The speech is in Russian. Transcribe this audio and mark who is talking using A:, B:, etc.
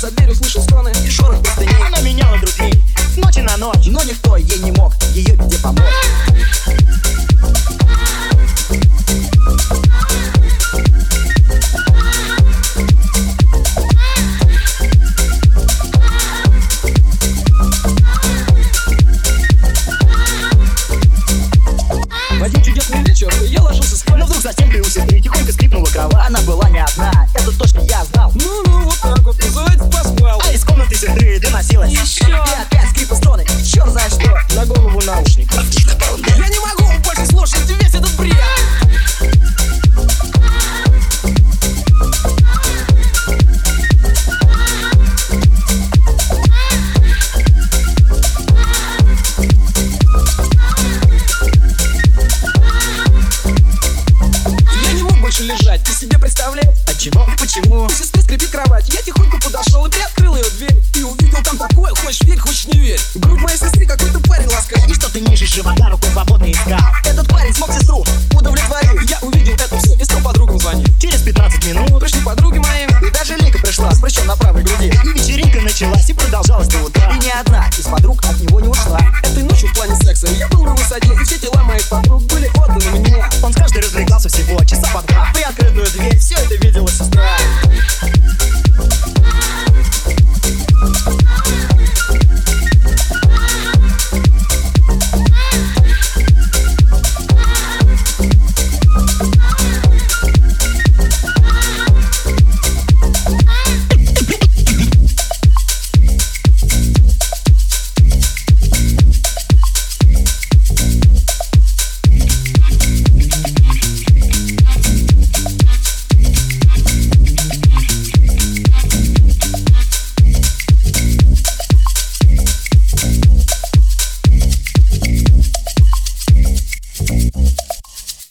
A: За дверью слышу стоны и шорох простыней
B: Она меняла друзей с ночи на ночь
A: Но никто ей не мог ее беде помочь В один чудесный вечер я ложился спать
B: Но вдруг совсем сестры и тихонько скрипнула кровать
A: Она была не одна,
B: Это точно я знал
A: ну, ну, вот так вот, называется поспал
B: А из комнаты сестры доносилась
A: Еще И опять скрип и стоны, черт знает что
B: На голову наушник
A: Я не могу больше слушать весь этот бред Я не мог больше лежать, ты себе представляешь?
B: От чего? Почему?
A: У сестры скрипит кровать, я тихонько подошел и приоткрыл ее дверь И увидел там такое, хочешь верь, хочешь не верь Грудь моей сестры какой-то парень ласкал
B: И что ты ниже живота рукой свободно искал
A: Этот парень смог сестру удовлетворить Я увидел это все и стал подругам звонить
B: Через 15 минут
A: Пришли подруги мои, и даже Лика пришла с прыщом на правой груди
B: и вечеринка началась и продолжалась до утра
A: И ни одна из подруг от него не ушла Этой ночью в плане секса я был на высоте И все тела моих подруг были отданы мне
B: Он с каждой развлекался всего часа под два
A: Приоткрытую дверь, все это видела сестра